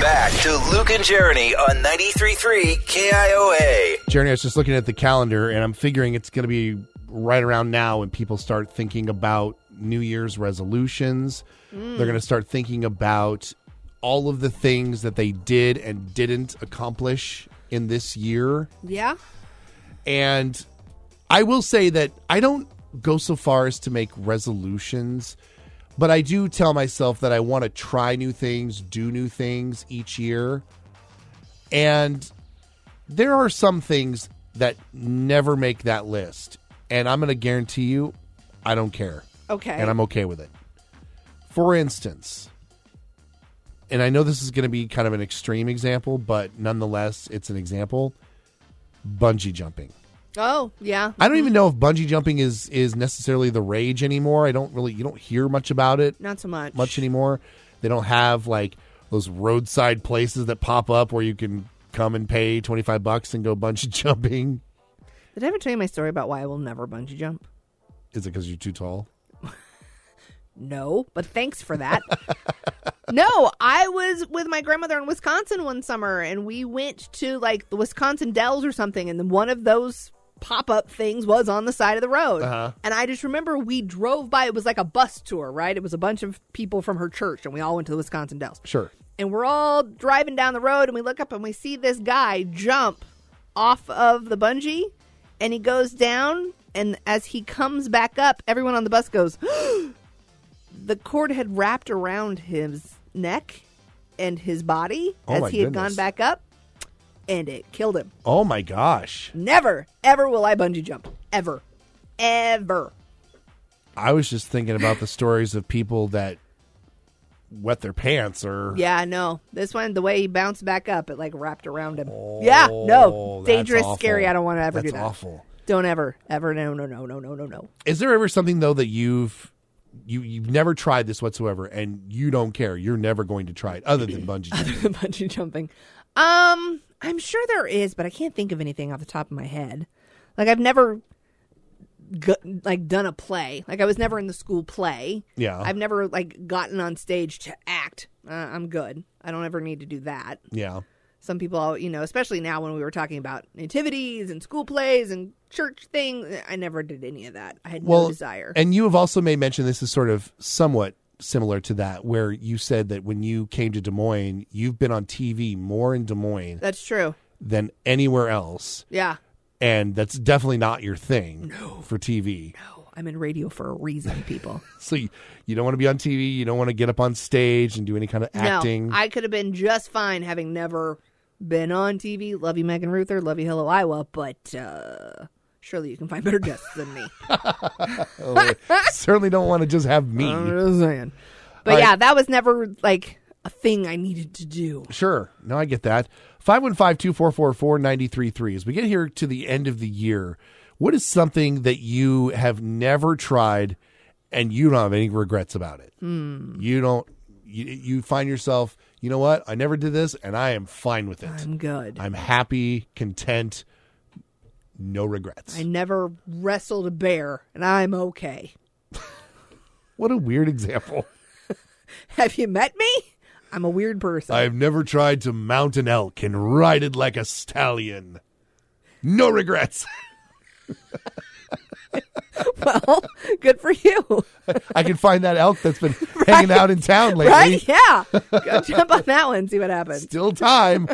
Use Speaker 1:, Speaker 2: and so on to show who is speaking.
Speaker 1: back to Luke and Jeremy on 93.3 KIOA.
Speaker 2: Jeremy, I was just looking at the calendar and I'm figuring it's going to be right around now when people start thinking about New Year's resolutions. They're going to start thinking about all of the things that they did and didn't accomplish in this year.
Speaker 3: Yeah.
Speaker 2: And I will say that I don't go so far as to make resolutions, but I do tell myself that I want to try new things, do new things each year. And there are some things that never make that list. And I'm going to guarantee you, I don't care.
Speaker 3: Okay.
Speaker 2: And I'm okay with it. For instance, and I know this is going to be kind of an extreme example, but nonetheless, it's an example bungee jumping.
Speaker 3: oh, yeah.
Speaker 2: I don't even know if bungee jumping is is necessarily the rage anymore. I don't really you don't hear much about it
Speaker 3: Not so much.
Speaker 2: much anymore. They don't have like those roadside places that pop up where you can come and pay 25 bucks and go bungee jumping.
Speaker 3: Did I ever tell you my story about why I will never bungee jump?
Speaker 2: Is it cuz you're too tall?
Speaker 3: No, but thanks for that. no, I was with my grandmother in Wisconsin one summer and we went to like the Wisconsin Dells or something and then one of those pop-up things was on the side of the road.
Speaker 2: Uh-huh.
Speaker 3: And I just remember we drove by it was like a bus tour, right? It was a bunch of people from her church and we all went to the Wisconsin Dells.
Speaker 2: Sure.
Speaker 3: and we're all driving down the road and we look up and we see this guy jump off of the bungee and he goes down and as he comes back up everyone on the bus goes the cord had wrapped around his neck and his body
Speaker 2: Oh my
Speaker 3: as he had
Speaker 2: goodness.
Speaker 3: gone back up and it killed him
Speaker 2: Oh my gosh.
Speaker 3: never ever will i bungee jump ever ever
Speaker 2: I was just thinking about the stories of people that wet their pants or
Speaker 3: yeah no this one the way he bounced back up it like wrapped around him yeah no
Speaker 2: Oh, that's
Speaker 3: dangerous
Speaker 2: awful.
Speaker 3: scary i don't want to ever
Speaker 2: That's
Speaker 3: do that
Speaker 2: awful.
Speaker 3: Don't ever, ever, no, no, no, no, no, no, no.
Speaker 2: Is there ever something though that you've you you've never tried this whatsoever and you don't care. You're never going to try it other than bungee jumping.
Speaker 3: Bungee jumping. Um, I'm sure there is, but I can't think of anything off the top of my head. Like I've never, g- like done a play. Like I was never in the school play.
Speaker 2: Yeah.
Speaker 3: I've never like gotten on stage to act. Uh, I'm good. I don't ever need to do that.
Speaker 2: Yeah.
Speaker 3: Some people, you know, especially now when we were talking about nativities and school plays and church things, I never did any of that. I had no desire.
Speaker 2: And you have also made mention this is sort of somewhat similar to that, where you said that when you came to Des Moines, you've been on TV more in Des Moines
Speaker 3: That's true.
Speaker 2: than anywhere else.
Speaker 3: Yeah.
Speaker 2: And that's definitely not your thing for TV.
Speaker 3: Oh, I'm in radio for a reason, people.
Speaker 2: So you, you don't want to be on TV. You don't want to get up on stage and do any kind of acting.
Speaker 3: No, I could have been just fine having never been on TV. Love you, Megan Ruther. Love you, Hello, Iowa. But uh, surely you can find better guests than me.
Speaker 2: Certainly don't want to just have me.
Speaker 3: I'm just saying. But
Speaker 2: All
Speaker 3: yeah, that was never like a thing I needed to do.
Speaker 2: Sure. No, I get that. 515 244 933. As we get here to the end of the year, what is something that you have never tried and you don't have any regrets about it? You don't, you, you find yourself, you know what? I never did this and I am fine with it.
Speaker 3: I'm good. I,
Speaker 2: I'm happy, content, no regrets.
Speaker 3: never wrestled a bear, and I'm okay.
Speaker 2: what a weird example.
Speaker 3: Have you met me? I'm a weird person.
Speaker 2: I've never tried to mount an elk and ride it like a stallion. No regrets.
Speaker 3: well, good for you.
Speaker 2: I can find that elk that's been hanging out in town lately.
Speaker 3: Right? Yeah. Go jump on that one, see what happens.
Speaker 2: Still time.